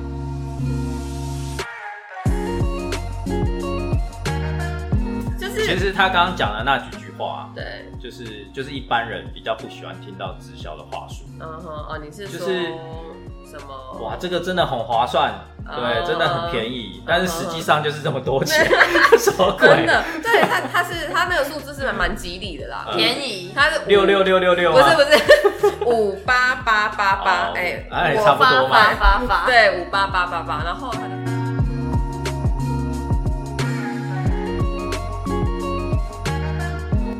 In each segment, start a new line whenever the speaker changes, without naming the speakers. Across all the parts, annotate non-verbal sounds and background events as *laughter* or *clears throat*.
*laughs*
其实他刚刚讲的那几句话、啊，
对，
就是就是一般人比较不喜欢听到直销的话术。
嗯哼，哦，你是
就
说
是
什么？
哇，这个真的很划算，
哦嗯
对，真的很便宜，但是实际上就是这么多钱， *laughs* 什么
真
鬼？
的，对他他是他那个数字是蛮蛮吉利的啦，
嗯
便宜，
他是五
六六，六六六
不
啊
是
吗？
不是五八八八八，
哦
哎，
哎，
我
差不多
发
嘛。
发发发，
对五八八八八，然后他就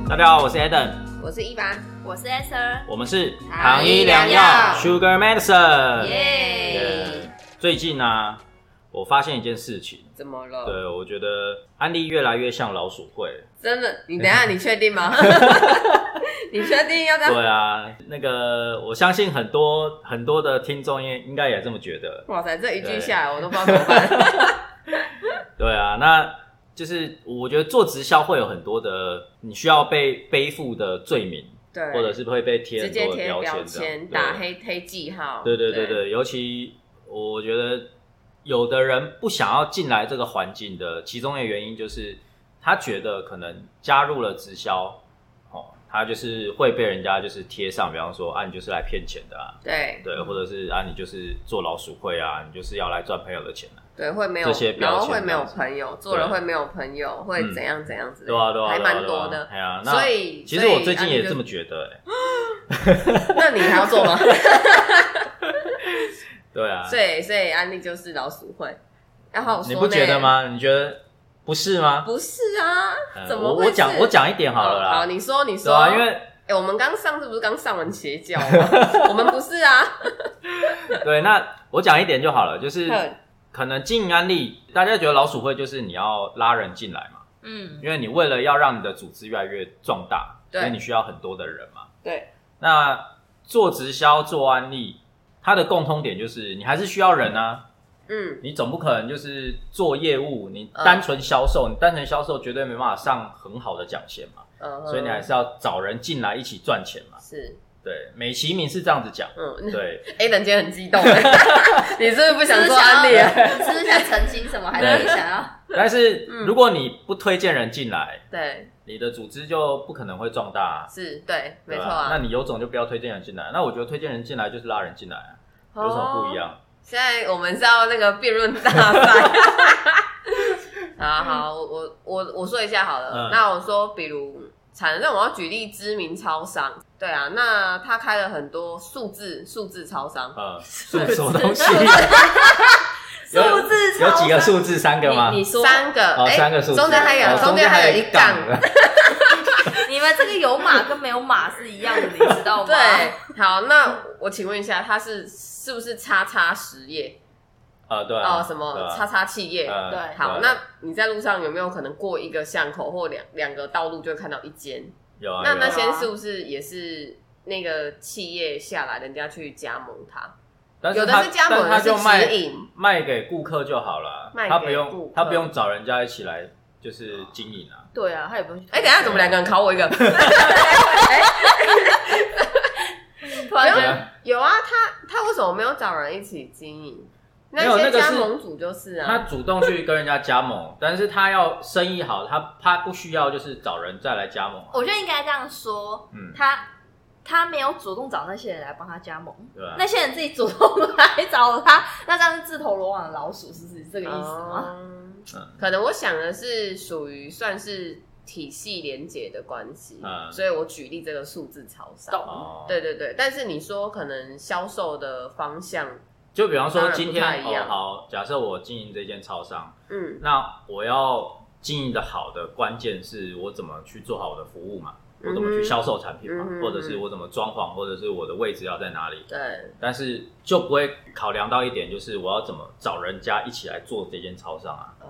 大家好，我是 Adam，
我是一八，
我是 S r
我们是
糖
衣良药
Sugar Medicine。
耶
耶，最近呢、啊，我发现一件事情，
怎么了？
对我觉得安利越来越像老鼠
*laughs*
会了。
真的，你等
*laughs*
一下，你确定吗？你确定要这样？
对啊，那个我相信很多很多的听众也应该也这么觉得。
哇塞，这一句
对
下来我都不知道怎么
*laughs*
办。
对啊，那就是我觉得做直销会有很多的你需要被背负的罪名，
对，
或者是会被贴
直
很
接
多的
贴标
标
签，
签
打
的。
黑黑记号。
对对对对，尤其我觉得有的人不想要进来这个环境的，其中一个原因就是他觉得可能加入了直销，哦，他就是会被人家就是贴上，比方说啊，你就是来骗钱的啊，
对
对，或者是啊，你就是做老鼠会啊，你就是要来赚朋友的钱啊，
对，会没有
这些，标
然
签
后会没有
这样子
朋友，做了
对
会没有朋友，会怎样怎样子，
对啊对啊，
还
对啊
蛮多的。
对啊哎呀，那
所以，
其
所
实
以
我最近也这，么
啊
觉得、欸，啊
你就那你还要
*laughs*
做吗？
对啊，
所以，所以安利就是老鼠会，然后
你不觉得？吗？你觉得不是吗？
不是啊
嗯，
怎么
我
会
我讲
是
我讲一点好了
哦好，
啦，
你说你
对
说，
啊，因为
哎，我们刚上次不是刚上完邪教
*laughs*
吗？我们不是啊，
对，那我讲一点就好了，就
*laughs*
是
哼
可能经营安利，大家觉得老鼠会就是你要拉人进来嘛，
嗯，
因为你为了要让你的组织越来越壮大，
对
所以你需要很多的人嘛。
对，
那做直销、做安利，它的共通点就是你还是需要人啊，
嗯，
你总不可能就是做业务，你
嗯
单纯销售，你单纯销售绝对没办法上很好的奖衔嘛，
呃
所以你还是要找人进来一起赚钱嘛。
是，
对，美其名是这样子讲，
嗯， *laughs*
对。
A 等今天很激动，欸 *laughs* 你是不是不想做安利
是
啊？
想要只是想澄清什么，还
*laughs*
是
对
想要
但是
嗯
如果你不推荐人进来，
对，
你的组织就不可能会壮大、啊，
是对，没
对吧
错啊。
那你有种就不要推荐人进来。那我觉得推荐人进来就是拉人进来、啊，
哦
有什么不一？样？
现在我们是要那个辩论大赛。 *laughs* 好好，我我我我说一下好了。
嗯
那我说，比如，产那我要举例知名超商，对啊，那他开了很多数字数字超商， *laughs*
呃，数什么东西？ *laughs* 有
数字
有几个
超商
数字？三个吗
你？你说
三个，
哦，
诶
三个数字，
哎中间还有
哦
中
中
间还有一
一
杠。
*laughs*
你们这个有马跟没有马是一样的，你知道吗？
*laughs* 对，好，那我请问一下，他是是不是叉叉实业
呃，对啊
哦？什
对
么
啊
叉叉企业？
呃
对
好，
对
那你在路上有没有可能过一个巷口或两两个道路就会看到一间？
有啊，
那
有
那
啊
些是不是也是那个企业下来，人家去加盟他？
但
有的
他
是加盟，
但
有
他
的是
就卖
直营。
卖给顾客就好了，
卖给
他不
顾客
用他不用找人家一起来就是经营啊。
对啊，他也不用去。
哎、等一下怎么两个人考我一
*laughs*
个？哎
哎突然
对
间
啊
有啊，他他为什么没有找人一起经营？
没有
些
那个
加
是
盟主就是
他
啊，
主动去跟人家加盟，但是他要生意好，他他不需要就是找人再来加盟啊，
我觉得应该这样说，
嗯，
他他没有主动找那些人来帮他加盟，
对啊吧、
那些人自己主动来找他，那这样是自投罗网的老鼠，是不是这个意思吗？
嗯
嗯
可能我想的是属于算是体系连结的关系，
嗯
所以我举例这个数字超商。
懂
哦，
对对对，但是你说可能销售的方向，
就比方说今天
当然不太一
哦
样
好，假设我经营这间超商，
嗯
那我要经营的好的关键是我怎么去做好我的服务嘛，我怎么
嗯
去
哼
销售产品嘛，
嗯哼
或者是我怎么装潢，或者是我的位置要在哪里，
对，
但是就不会考量到一点，就是我要怎么找人家一起来做这间超商啊，
哦，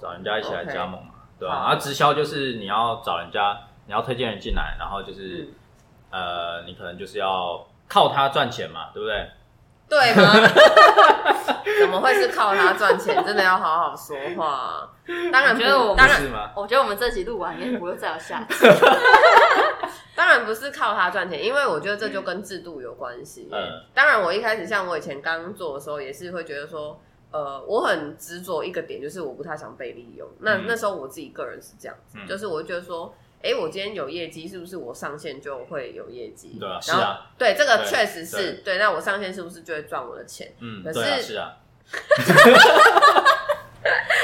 找人家一起来
OK
加盟嘛，对吧、
好
啊？然后直销就是你要找人家，你要推荐人进来，然后就是、
嗯
呃，你可能就是要靠他赚钱嘛，对不对？
对吗？ *laughs* 怎么会是靠他赚钱？真的要好好说话。当然不，
我觉得我们
当
不
然
是吗？
我觉得我们这集录完也不会再有下集。
当然不是靠他赚钱，因为我觉得这就跟制度有关系。
嗯
当然，我一开始像我以前刚做的时候，也是会觉得说，呃，我很执着一个点，就是我不太想被利用。那、
嗯
那时候我自己个人是这样子，
嗯
就是我会觉得说，哎、我今天有业绩，是不是我上线就会有业绩？
对啊是
然后
啊
对这个
对
确实是对那我上线是不是就会赚我的钱？
嗯，
可是
对啊，是啊，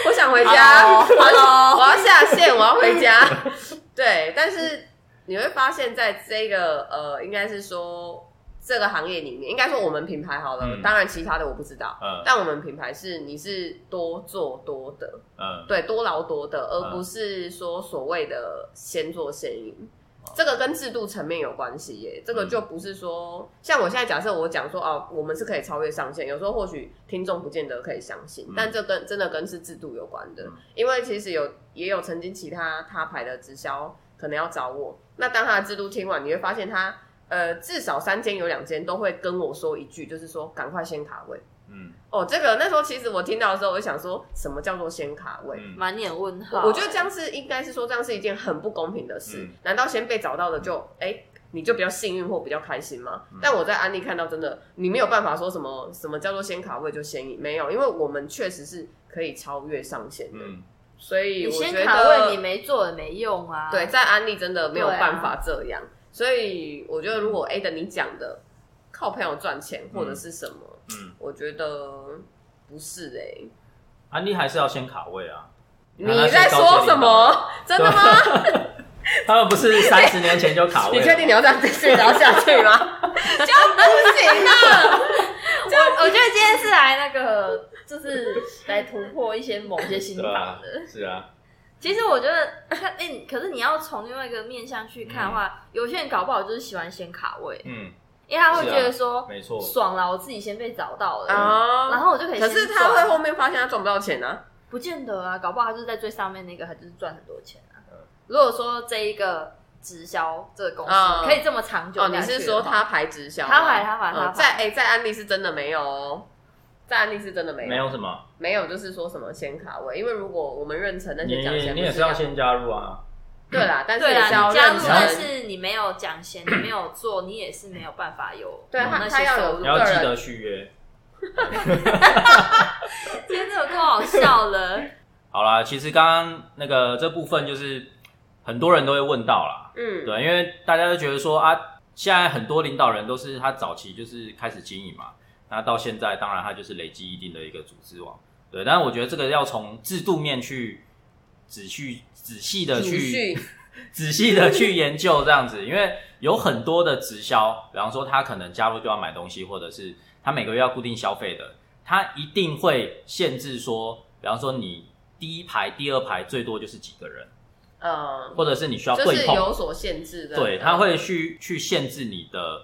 我想回家，
Hello，
*laughs* 我要
hello
我要下线，我要回家。对，但是你会发现在这个呃，应该是说这个行业里面，应该说我们品牌好了，
嗯
当然其他的我不知道，
嗯
但我们品牌是你是多做多得，
嗯，
对，多劳多得，而
嗯
不是说所谓的先做先赢。这个跟制度层面有关系耶，这个
哦嗯
就不是说像我现在假设我讲说哦，我们是可以超越上限，有时候或许听众不见得可以相信，
嗯
但这跟真的跟是制度有关的
嗯，
因为其实有也有曾经其他他牌的直销可能要找我，那当他的制度听完，你会发现他呃至少三间有两间都会跟我说一句，就是说赶快先卡位。
嗯
哦，这个那时候其实我听到的时候，我就想说什么叫做先卡位？
嗯
满脸问号。
我我觉得这样是应该是说这样是一件很不公平的事。
嗯
难道先被找到的就哎、你就比较幸运或比较开心吗？
嗯
但我在安利看到，真的你没有办法说什么什么叫做先卡位就先赢，没有，因为我们确实是可以超越上限的。
嗯，
所以
你
我觉
先
得
卡位，你没做也没用啊。
对，在安利真的没有
对啊
办法这样。所以我觉得，如果 A 的你讲的靠朋友赚钱或者是什么，
嗯
我觉得不是哎、
安啊利还是要先卡位啊。
你在说什么？ *laughs* 真的吗？
他们不是三十年前就卡位
你
了吗？
确定你要这样继续聊下去吗？
*laughs*
这样不行 *laughs* 啊！
我我觉得今天是来那个，就是来突破一些某些心
对啊
法的。，
是啊，
其实我觉得，哎、可是你要从另外一个面向去看的话，有些人搞不好就是喜欢先卡位，
嗯，
因为他会
是
觉
啊
得说、
没错
爽了，我自己先被找到了，然
啊，
后我就可以
可
先
是他
赚
会后面发现他赚不到钱啊。
不见得啊，搞不好他就是在最上面那个，他就是赚很多钱啊。
嗯
如果说这一个直销这个公司、
嗯
可以这么长久
哦，
下去
你
的话，
是说他排直销吗？
他排他排
嗯
他排
在哎，在安利是真的没有哦，在安利是真的没
没
有，
有什么，
没有就是说什么先卡位，因为如果我们认成那
你
些奖
你
钱，
你也是要先加入啊，
对啦，但是
对
也
啦，
是要
你加入
认，
但
成。
是你没有奖衔， *clears throat* 你没有做，你也是没有办法啊有
对他
那
他
些
要有
收入
你
个。
要记
人
得续约。
今天这有够好笑了，
好啦，其实刚刚那个这部分就是很多人都会问到啦，
嗯，
对，因为大家都觉得说啊，现在很多领导人都是他早期就是开始经营嘛，那到现在当然他就是累积一定的一个组织网，对。但是我觉得这个要从制度面去仔细仔细的
储蓄
去仔细的去研究这样子，因为有很多的直销，比方说他可能加入就要买东西，或者是他每个月要固定消费的，他一定会限制说，比方说你第一排、第二排最多就是几个人，
嗯，
或者是你需要
就
对
是
碰。
有所限制的，
对，他会去去限制你的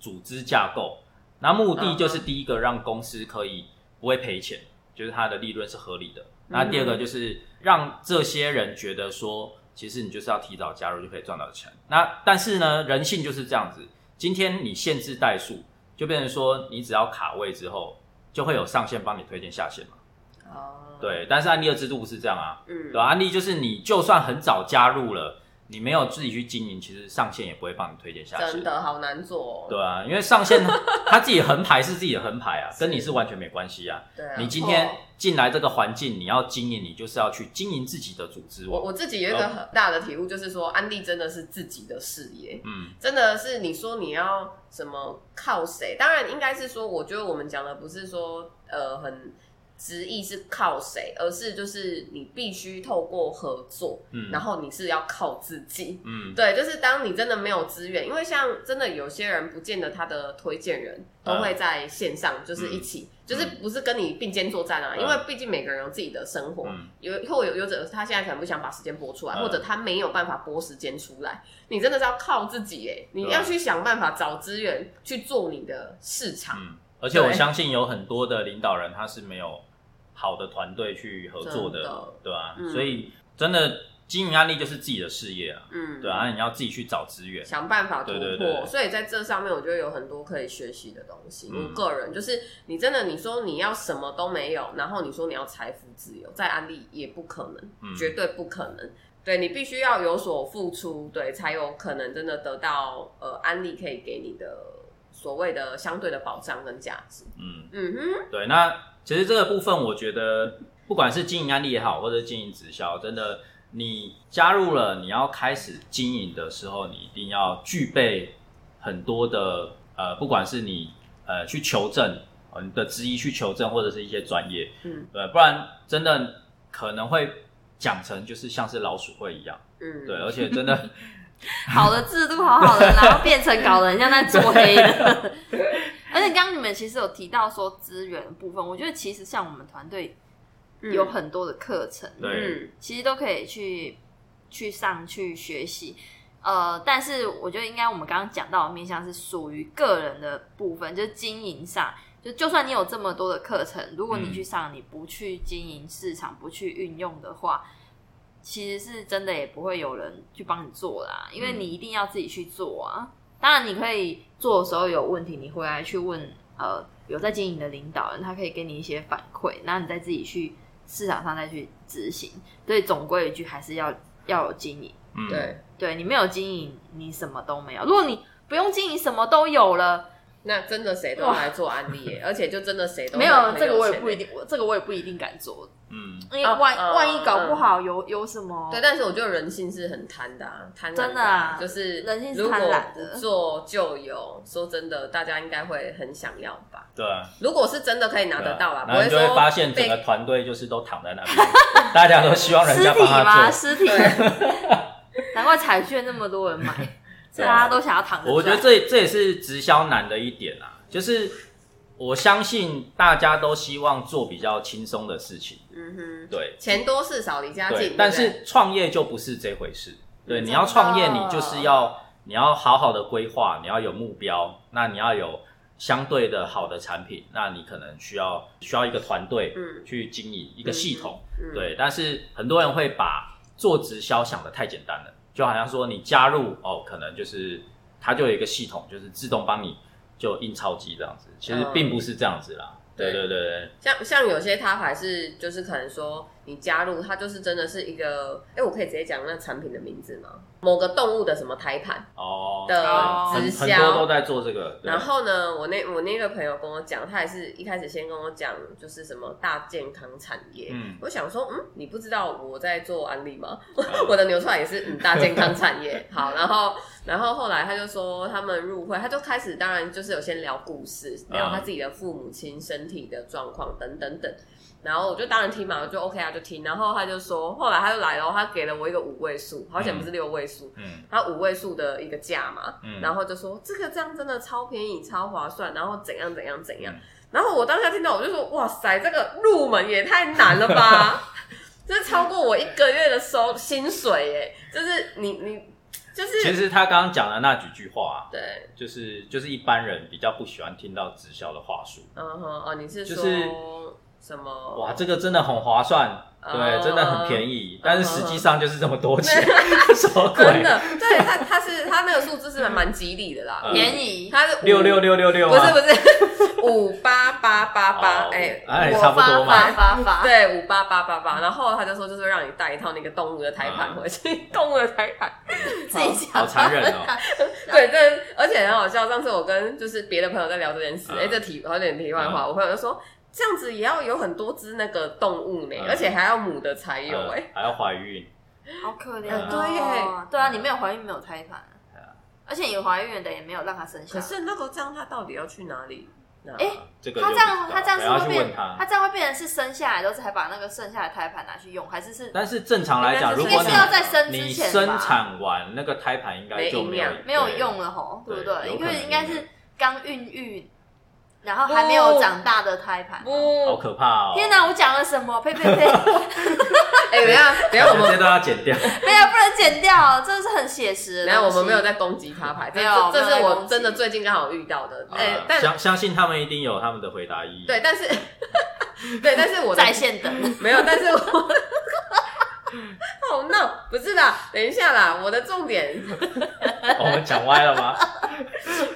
组织架构，那目的就是
嗯
第一个让公司可以不会赔钱，就是它的利润是合理的。那第二个就是让这些人觉得说，其实你就是要提早加入就可以赚到钱。那但是呢，人性就是这样子，今天你限制代数，就变成说你只要卡位之后，就会有上线帮你推荐下线嘛。
哦，
对，但是安利的制度不是这样啊，
嗯，
对，安利就是你就算很早加入了，你没有自己去经营，其实上线也不会帮你推荐下
真
线。
的好难做、哦。
对啊，因为上线他自己横排是自己的横排啊，跟你是完全没关系啊。
对啊，
你今天
哦
进来这个环境，你要经营，你就是要去经营自己的组织
我
网。
我自己有一
哦
个很大的体悟，就是说安利真的是自己的事业，
嗯
真的是你说你要什么靠谁？当然应该是说，我觉得我们讲的不是说呃很直译是靠谁，而是就是你必须透过合作，
嗯，
然后你是要靠自己。
嗯
对，就是当你真的没有资源，因为像真的有些人，不见得他的推荐人都
嗯
会在线上，就是一起，就是不是跟你并肩作战啊，
嗯
因为毕竟每个人有自己的生活，
嗯
有或有有者他现在可能不想把时间拨出来，
嗯
或者他没有办法拨时间出来，你真的是要靠自己哎、你
对啊
要去想办法找资源去做你的市场，
嗯，而且我
对
相信有很多的领导人他是没有好的团队去合作的，
真的
对啊，
嗯
所以真的经营安利就是自己的事业啊，
嗯，
对啊，那你要自己去找资源。
想办法突破。
对对对
所以在这上面，我觉得有很多可以学习的东西。
嗯
我个人就是，你真的你说你要什么都没有，然后你说你要财富自由，在安利也不可能，
嗯
绝对不可能。对你必须要有所付出，对，才有可能真的得到呃安利可以给你的所谓的相对的保障跟价值。
嗯。
嗯哼，
对，那其实这个部分，我觉得不管是经营案例也好，或者经营直销，真的你加入了，你要开始经营的时候，你一定要具备很多的呃，不管是你呃去求证，呃你的质疑去求证，或者是一些专业，
嗯
对，不然真的可能会讲成就是像是老鼠会一样，
嗯，
对，而且真
*laughs*
的
好的制度好好的，然后变成搞得很像在做黑 *laughs* 的。而且刚刚你们其实有提到说资源的部分，我觉得其实像我们团队
嗯
有很多的课程，
对，
嗯
其实都可以去去上去学习。呃，但是我觉得应该我们刚刚讲到的面向是属于个人的部分，就是经营上，就就算你有这么多的课程，如果你
嗯
去上，你不去经营市场，不去运用的话，其实是真的也不会有人去帮你做啦，因为
嗯
你一定要自己去做啊。当然，你可以做的时候有问题，你回来去问呃有在经营的领导人，他可以给你一些反馈，那你再自己去市场上再去执行。所以总归一句，还是要要有经营。
嗯，
对，
对你没有经营，你什么都没有。如果你不用经营，什么都有了，
那真的谁都要来做案例
*laughs*
耶，而且就真的谁都
没
有
有这个我也
钱
不一
耶。
定，我这个我也不一定敢做，
嗯，
因为
哦
万、
嗯
万一搞不好有有什么
对，但是我觉得人性是很贪的、啊，贪婪
真的啊
就是
人性是
如果
贪婪的
不做就有。说真的，大家应该会很想要吧？
对。啊
如果是真的可以拿
对啊
得到啊啦，不
然后你就
说
会发现整
被
个团队就是都躺在那
*laughs*
边，大家都希望人
尸
家
体
帮他
吗？
做。
尸体，
对
*laughs* 难怪彩券那么多人买，
*laughs* 对啊
大家都想要躺着赚。
我觉得这这也是直销难的一点啊，就是我相信大家都希望做比较轻松的事情，
嗯哼，
对
钱多事少离家
对
近，，
但
对不对
是创业就不是这回事。对，
嗯
你要创业，
真的
你就是要你要好好的规划，你要有目标，那你要有相对的好的产品，那你可能需要需要一个团队
嗯
去经营一个系统。
嗯
对，但是很多人会把做直销想的太简单了，就好像说你加入哦，可能就是它就有一个系统，就是自动帮你就印钞机这样子，其实
嗯
并不是这样子啦。对对对对，
像像有些他还是就是可能说你加入，它就是真的是一个，哎、我可以直接讲那产品的名字吗？某个动物的什么胎盘。
哦，
的
对很
直
很
销
多都在做这个，对
然后呢，我那我那个朋友跟我讲，他也是一开始先跟我讲，就是什么大健康产业。
嗯，
我想说，嗯，你不知道我在做安利吗？
嗯
*laughs* 我的牛串也是嗯大健康产业。好，然后然后后来他就说他们入会，他就开始当然就是有先聊故事，聊他自己的父母亲身体的状况等等等。然后我就当然听嘛，我就 OK 啊，就听。然后他就说，后来他就来了，他给了我一个五位数，好险不是六位数，
嗯
他五位数的一个价嘛。
嗯，
然后就说这个这样真的超便宜、超划算，然后怎样怎样怎样
嗯。
然后我当下听到，我就说哇塞，这个入门也太难了
*laughs*
吧！这超过我一个月的收薪水耶，就是你你就是
其实他刚刚讲的那几句话、啊，
对，
就是就是一般人比较不喜欢听到直销的话术，
嗯哼哦，你是说、
就是
什么？
哇，这个真的很划算，对，
哦
真的很便宜，但是实际
嗯
上就是这么多钱， *laughs* 什么
真
鬼？
的，对他他是他那个数字是蛮吉利的啦
嗯，
也
便宜，
他是五
*laughs* 六啊六，六六六，
不是不是 *laughs* 五八八八八，
哦
哎，
哎，
我
差不多
发
嘛。
发发发，
对，五八八八八，然后他就说就是让你带一套那个动物的胎盘回去，动物的胎盘。
自己
啊
讲
好残忍 *laughs* 哦
*laughs* 对，这而且很好笑。上次我跟就是别的朋友在聊这件事，
嗯
哎、这题有点题外话，我朋友就说这样子也要有很多只那个动物呢，
嗯
而且还要母的才有哎、
呃还要怀孕，
好可怜、
嗯
哦。
对耶
对啊，你没有怀孕，没有胎盘
对啊，
而且你怀孕的也没有让他生下
*laughs* 可
来。
是那个这样，他到底要去哪里？
哎
呃这个
他
就不
这样，
知道
他这
等
样是
下
会
去
变，
问
他
他。
这样会变成是生下来都是还把那个剩下的胎盘拿去用，还是是
但是正常来讲，
应该
如
是
应该
果
是要
你
在生
你
之前吧
生产完那个胎盘应该就没有
没营啊养
没有用
了，
了吼，对
对
不对？
有可
因
能
为应该是刚孕育，然后还没有长大的胎盘。
不，
好可怕哦！
天哪，我讲了什么？呸呸呸！
哎、等一下，等一
我
下我
觉得这
们。
段要剪掉。
*laughs* 没有，不能剪掉，这是很写实的
等
东
一
西。
下我们没有在攻击他牌，这
没有
这这
没有在
是
攻
我
击
真的最近刚好遇到的。 *laughs* 哎、
啊
但
相相信他们一定有他们的回答意义。
对，但是对，但是我的
在
*laughs*
线等。
没有，但是我好闹，不是啦，等一下啦，我的重点， *laughs*
哦，我们讲歪了吗？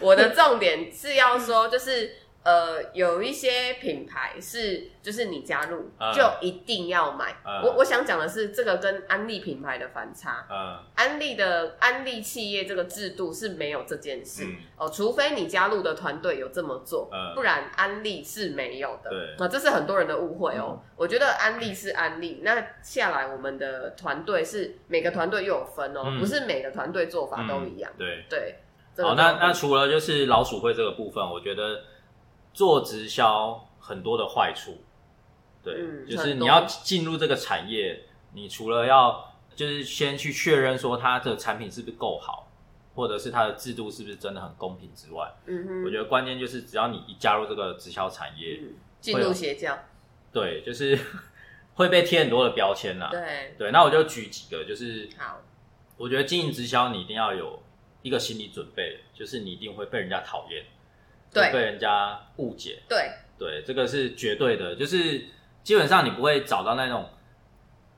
我的重点是要说，就是呃，有一些品牌是就是你加入、
嗯
就一定要买。
嗯
我我想讲的是，这个跟安利品牌的反差，
嗯
安利的安利企业这个制度是没有这件事、
嗯
哦，除非你加入的团队有这么做，
嗯
不然安利是没有的。
对嗯
啊，这是很多人的误会哦。我觉得安利是安利，那下来我们的团队是每个团队又有分哦，
嗯
不是每个团队做法都一样。
嗯对，
对，这个
好，那
就
那除了就是老鼠会这个部分，我觉得做直销很多的坏处，对，
嗯
就是
很
你
多
要进入这个产业，你除了要就是先去确认说它的产品是不是够好，或者是它的制度是不是真的很公平之外，
嗯哼，
我觉得关键就是只要你一加入这个直销产业，
嗯进入邪教，
啊对，就是会被贴很多的标签啦。
对，
对，那我就举几个，就是
好，
我觉得经营直销你一定要有一个心理准备，就是你一定会被人家讨厌，
对
会被人家误解，
对，
对，这个是绝对的，就是基本上你不会找到那种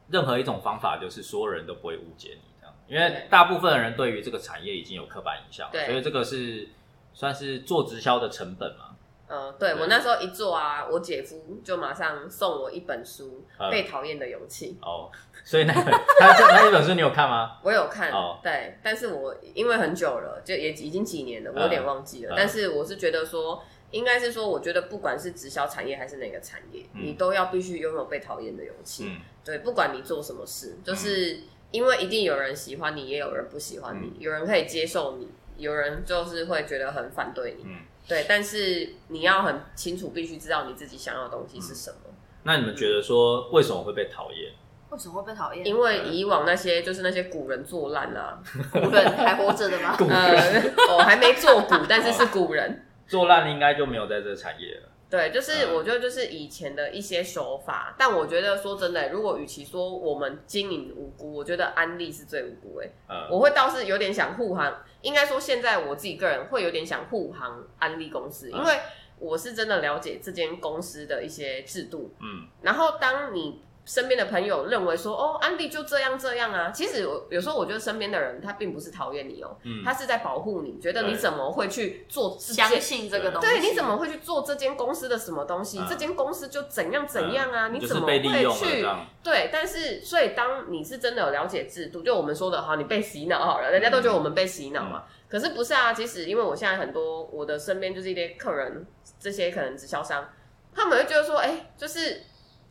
任何一种方法，就是所有人都不会误解你这样，因为
对
大部分的人对于这个产业已经有刻板印象了，
对
所以这个是算是做直销的成本嘛，
呃，对
对
我那时候一做啊，我姐夫就马上送我一本书
嗯
《被讨厌的勇气
哦，所以那个他这那一本书你有看吗？》，
我有看
哦，
对，但是我因为很久了，就也已经几年了，我有点忘记了
嗯。
但是我是觉得说，应该是说，我觉得不管是直销产业还是哪个产业，
嗯
你都要必须拥有被讨厌的勇气。
嗯
对，不管你做什么事，就是因为一定有人喜欢你，也有人不喜欢你，
嗯
有人可以接受你，有人就是会觉得很反对你。
嗯。
对，但是你要很清楚，必须知道你自己想要的东西是什么。
那你们觉得说为什么会被讨厌？
为什么会被讨厌？ *laughs*
因为以往那些就是那些古人作烂啊，
古人还活着的吗？
嗯
呃， *laughs* 我、还没做古，但是是古人。
*laughs* 做烂应该就没有在这个产业了。
对，就是
嗯
我觉得就是以前的一些手法，但我觉得说真的，如果与其说我们经营无辜，我觉得安利是最无辜哎、
呃，
我会倒是有点想护航，应该说现在我自己个人会有点想护航安利公司，因为我是真的了解这间公司的一些制度。
嗯
然后当你身边的朋友认为说，哦，安利就这样这样啊，其实我有时候我觉得身边的人他并不是讨厌你哦，
嗯，
他是在保护你，觉得你
对
怎么会去做这
相
件。
信这个东西，
对，你怎么会去做这间公司的什么东西？
嗯
这间公司就怎样怎样啊？
嗯
你
就
怎
是
么
被
会
利用了
去
这样？
对，但是所以当你是真的有了解制度，就我们说的哈，你被洗脑好了，人家都觉得我们被洗脑
嗯
嘛。可是不是啊？其实因为我现在很多我的身边就是一些客人，这些可能直销商，他们会觉得说，哎、就是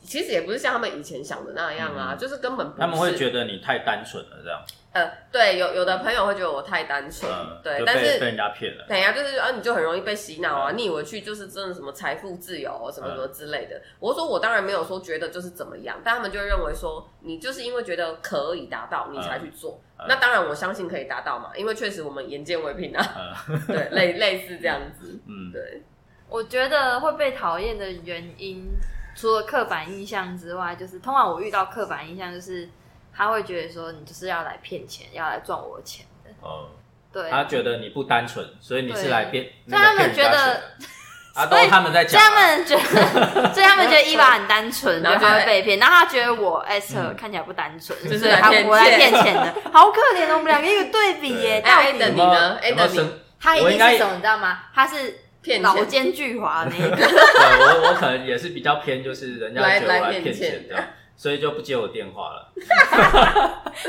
其实也不是像他们以前想的那样啊，
嗯
就是根本不是。
他们会觉得你太单纯了，这样。
呃，对，有有的朋友会觉得我太单纯，
嗯，
对
就，
但
被被
是。
人家骗了。
对呀、就是啊，你就很容易被洗脑啊！
嗯
你以为去就是真的什么财富自由什么什
嗯
么之类的。我说我当然没有说觉得就是怎么样，但他们就会认为说你就是因为觉得可以达到，你才去做。
嗯
那当然我相信可以达到嘛，因为确实我们眼见为凭啊， *laughs*
嗯
对，类类似这样子，
嗯
对，
我觉得会被讨厌的原因，除了刻板印象之外，就是通常我遇到刻板印象，就是他会觉得说你就是要来骗钱，要来赚我的钱的。
哦，
对，
啊
他觉得你不单纯，所以你是
对
来骗，
所以
那
他
个
们
骗人
觉
家
得
钱的。
*laughs*
啊，都是他们在
所
讲
以
啊。
他们觉得，所以他们觉得伊娃很单纯，
然
然
后
后
就
他会被骗。然后他觉得我 S
嗯
看起来不单纯，
是
所以
来
他
骗
我来
钱
骗钱的，
*laughs*
好可怜哦。我们两个一个对比耶，
对
到
哎
有
，Adam
底
没有
你呢
有没有
Adam，
生？
他一
我
定
应该
是什么，你知道吗？他是
骗钱
老奸 *laughs* 巨猾的那一个。 *laughs*
对我我可能也是比较偏，就是人家
来
觉得我
来
来
骗
骗
钱
钱
*laughs*
的，所以就不接我电话了。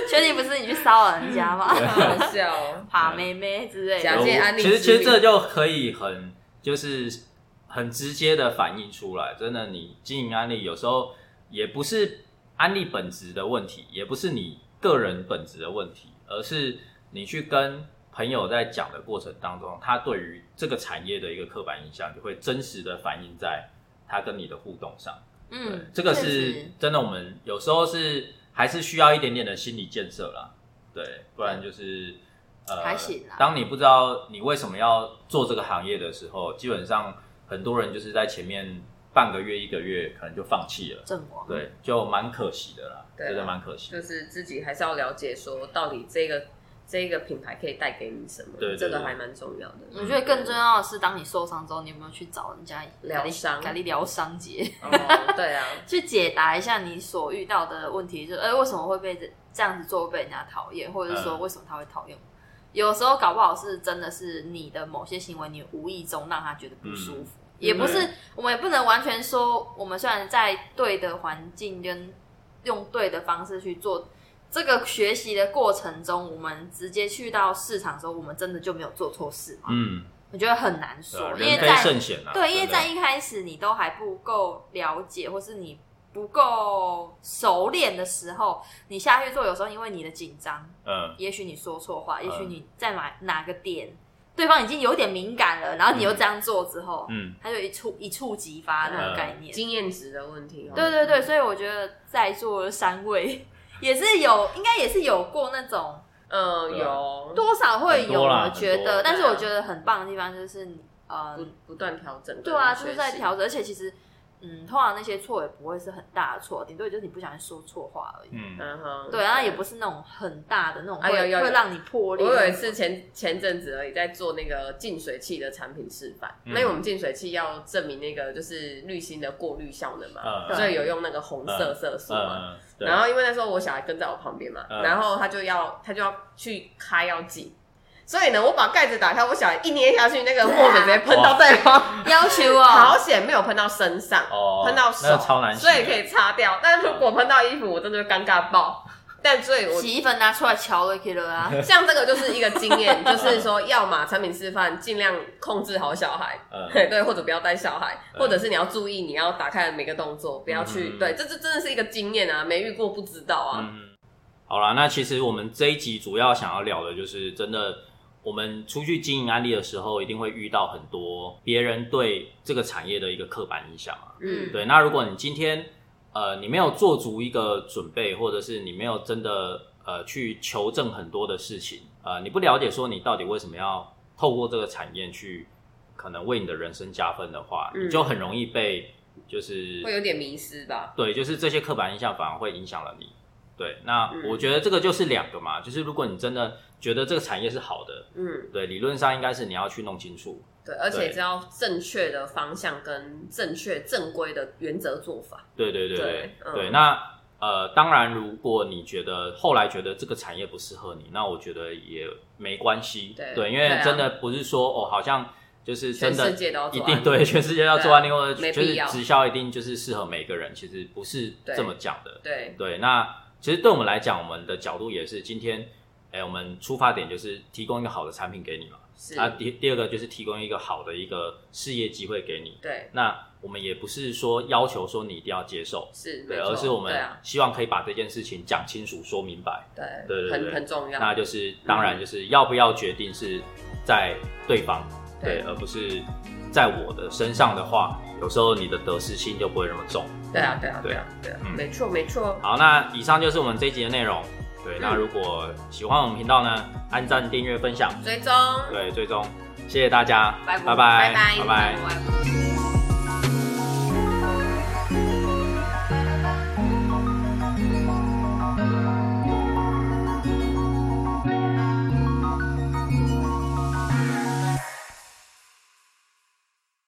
确定不是你去骚扰人家吗？ *laughs*
好好笑哦。
爬妹妹之类
假
的
借。
我
安利
其实
之
其实
名
这就可以很就是很直接的反映出来，真的，你经营安利有时候也不是安利本质的问题，也不是你个人本质的问题，而是你去跟朋友在讲的过程当中，他对于这个产业的一个刻板印象，就会真实的反映在他跟你的互动上。对
嗯，
这个
确
是
实
真的，我们有时候是还是需要一点点的心理建设啦，对，不然就是呃，
还行啦
当你不知道你为什么要做这个行业的时候，基本上很多人就是在前面半个月、一个月可能就放弃了，
阵亡。
对，就蛮可惜的啦，
对啊
真的蛮可惜的
就。是自己还是要了解说到底这个这个品牌可以带给你什么，
对对
这个
对
还蛮重要的。
我觉得更重要的是，当你受伤之后，你有没有去找人家
疗伤
改力疗伤节，
哦，对啊，
*laughs* 去解答一下你所遇到的问题，就是哎、为什么会被这这样子做会被人家讨厌，或者是说
嗯
为什么他会讨厌我？有时候搞不好是真的是你的某些行为，你无意中让他觉得不舒服，也不是
嗯对
我们也不能完全说，我们虽然在对的环境跟用对的方式去做这个学习的过程中，我们直接去到市场的时候，我们真的就没有做错事嘛？
嗯，
我觉得很难
对啊
说，因为
人非
啊在
圣贤啊，
对，因为
真的
在一开始你都还不够了解，或是你不够熟练的时候，你下去做，有时候因为你的紧张，
嗯
也许你说错话，也许
嗯
你在哪哪个点，对方已经有点敏感了，然后你又这样做之后，
嗯，
它就一触一触即发那种概念。
经验值的问题哦。
对对对，所以我觉得在座的三位也是有，应该也是有过那种
呃，
对啊
有
多少会
很
有，
多啦
我觉
很多啊
得，但是我觉得很棒的地方就是你，呃
不，不断调整，
对啊，
不断
就是在
学习
调整，而且其实，嗯，通常那些错也不会是很大的错，顶多也就是你不小心说错话而已。
嗯，
嗯哼，
对，然后也不是那种很大的那种
哎
会
有有有
会让你破
我
裂。
有一次前前阵子而已，在做那个净水器的产品示范。
嗯
那因为我们净水器要证明那个就是滤芯的过滤效能嘛，
嗯
所以有用那个红色色素嘛。
嗯，对
然后因为那时候我小孩跟在我旁边嘛，
嗯
然后他就要他就要去开要挤，所以呢，我把盖子打开，我小孩一捏下去，那个墨水直接喷到对方，
要求哦，
好险没有喷到身上，
哦，
喷到手，
那超难洗
所
的，
以可以擦掉。但如果喷到衣服，我真的会尴尬
*laughs*
爆。但所以我
洗衣粉拿出来瞧了，可以了啊。
像这个就是一个经验，
*laughs*
就是说，要么产品示范尽量控制好小孩，
嗯
对，或者不要带小孩，
嗯
或者是你要注意你要打开的每个动作，不要去，
嗯
对，这这真的是一个经验啊，没遇过不知道啊，
嗯，好啦，那其实我们这一集主要想要聊的就是，真的我们出去经营案例的时候，一定会遇到很多别人对这个产业的一个刻板印象啊。
嗯
嗯，
对，那如果你今天呃你没有做足一个准备，或者是你没有真的呃去求证很多的事情，呃你不了解说你到底为什么要透过这个产业去可能为你的人生加分的话，
嗯
你就很容易被就是
会有点迷失吧，
对，就是这些刻板印象反而会影响了你。对，那
嗯
我觉得这个就是两个嘛，就是如果你真的觉得这个产业是好的，
嗯，
对，理论上应该是你要去弄清楚。
对，而且
对
只要正确的方向跟正确正规的原则做法，
对对对对
对嗯
对那呃，当然，如果你觉得后来觉得这个产业不适合你，那我觉得也没关系。
对
因
对
为
啊
真的不是说、哦，好像就是
全
真的
世界都要
一
做案例，
定对全世界要做案例，或
啊没
者就
必
是
要
直销一定就是适合每个人，其实不是
对
这么讲的。
对，
对，那其实对我们来讲，我们的角度也是今天，哎、我们出发点就是提供一个好的产品给你嘛。
是，
那第第二个就是提供一个好的一个事业机会给你。
对，
那我们也不是说要求说你一定要接受，
是，
对，
没错
而是我
对
们
啊，
希望可以把这件事情讲清楚、说明白。
对，
对对对
很
对
很重要，
那就是当然就是要不要决定是在对方，
对
对，而不是在我的身上的话，有时候你的得失心就不会那么重。
对啊，对啊，对
对
啊，对啊，
嗯
没错，没错，
好，那以上就是我们这一集的内容。对，那
嗯
如果喜欢我们频道呢，按赞、订阅、分享，
追踪。
对，最终谢谢大家，
拜拜
拜
拜拜
拜拜
拜拜